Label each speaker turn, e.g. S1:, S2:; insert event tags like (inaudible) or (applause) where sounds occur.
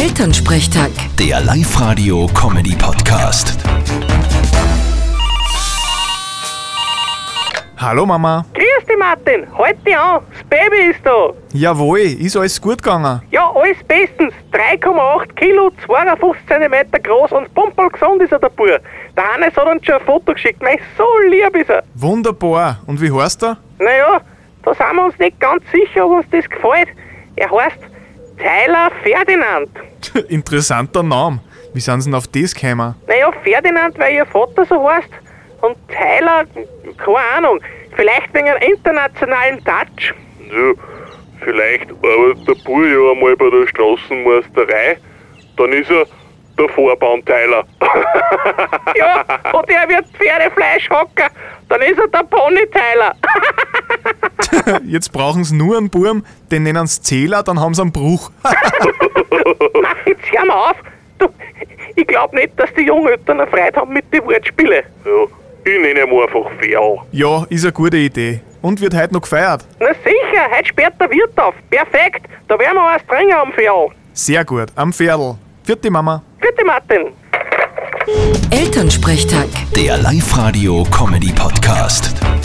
S1: Elternsprechtag.
S2: Der Live-Radio-Comedy-Podcast.
S3: Hallo Mama.
S4: Grüß dich, Martin. Halt dich an. Das Baby ist da.
S3: Jawohl, ist alles gut gegangen.
S4: Ja, alles bestens. 3,8 Kilo, 52 cm groß und pumpelgesund ist er, der Bub. Der Hannes hat uns schon ein Foto geschickt. Mei, so lieb ist er.
S3: Wunderbar. Und wie heißt er? (laughs)
S4: Naja, da sind wir uns nicht ganz sicher, ob uns das gefällt. Er heißt Tyler Ferdinand.
S3: Interessanter Name. Wie sind sie denn auf das gekommen?
S4: Naja, Ferdinand, weil ihr Vater so heißt. Und Tyler, keine Ahnung, vielleicht wegen einem internationalen Touch.
S5: Ja, vielleicht arbeitet der Bub ja einmal bei der Straßenmeisterei. Dann ist er der Vorbaunteiler.
S4: (laughs) Ja, und er wird Pferdefleischhocker. Dann ist er der Pony
S5: (laughs)
S4: Tyler.
S3: Jetzt brauchen sie nur einen Burm, den nennen sie Zähler, dann haben sie einen Bruch. (laughs)
S4: Mach jetzt hör mal auf. Du, ich glaub nicht, dass die Jungeltern eine Freude haben mit den Wortspielen.
S5: Ja, ich nenne ihn einfach Ferl.
S3: ja, ist eine gute Idee. Und wird heute noch gefeiert.
S4: Na sicher, heute sperrt der Wirt auf. Perfekt, da werden wir um was trinken am Fjall.
S3: Sehr gut, am Pferdl. Vierte Mama.
S4: Bitte, Martin.
S1: Elternsprechtag.
S2: Der Live-Radio-Comedy-Podcast.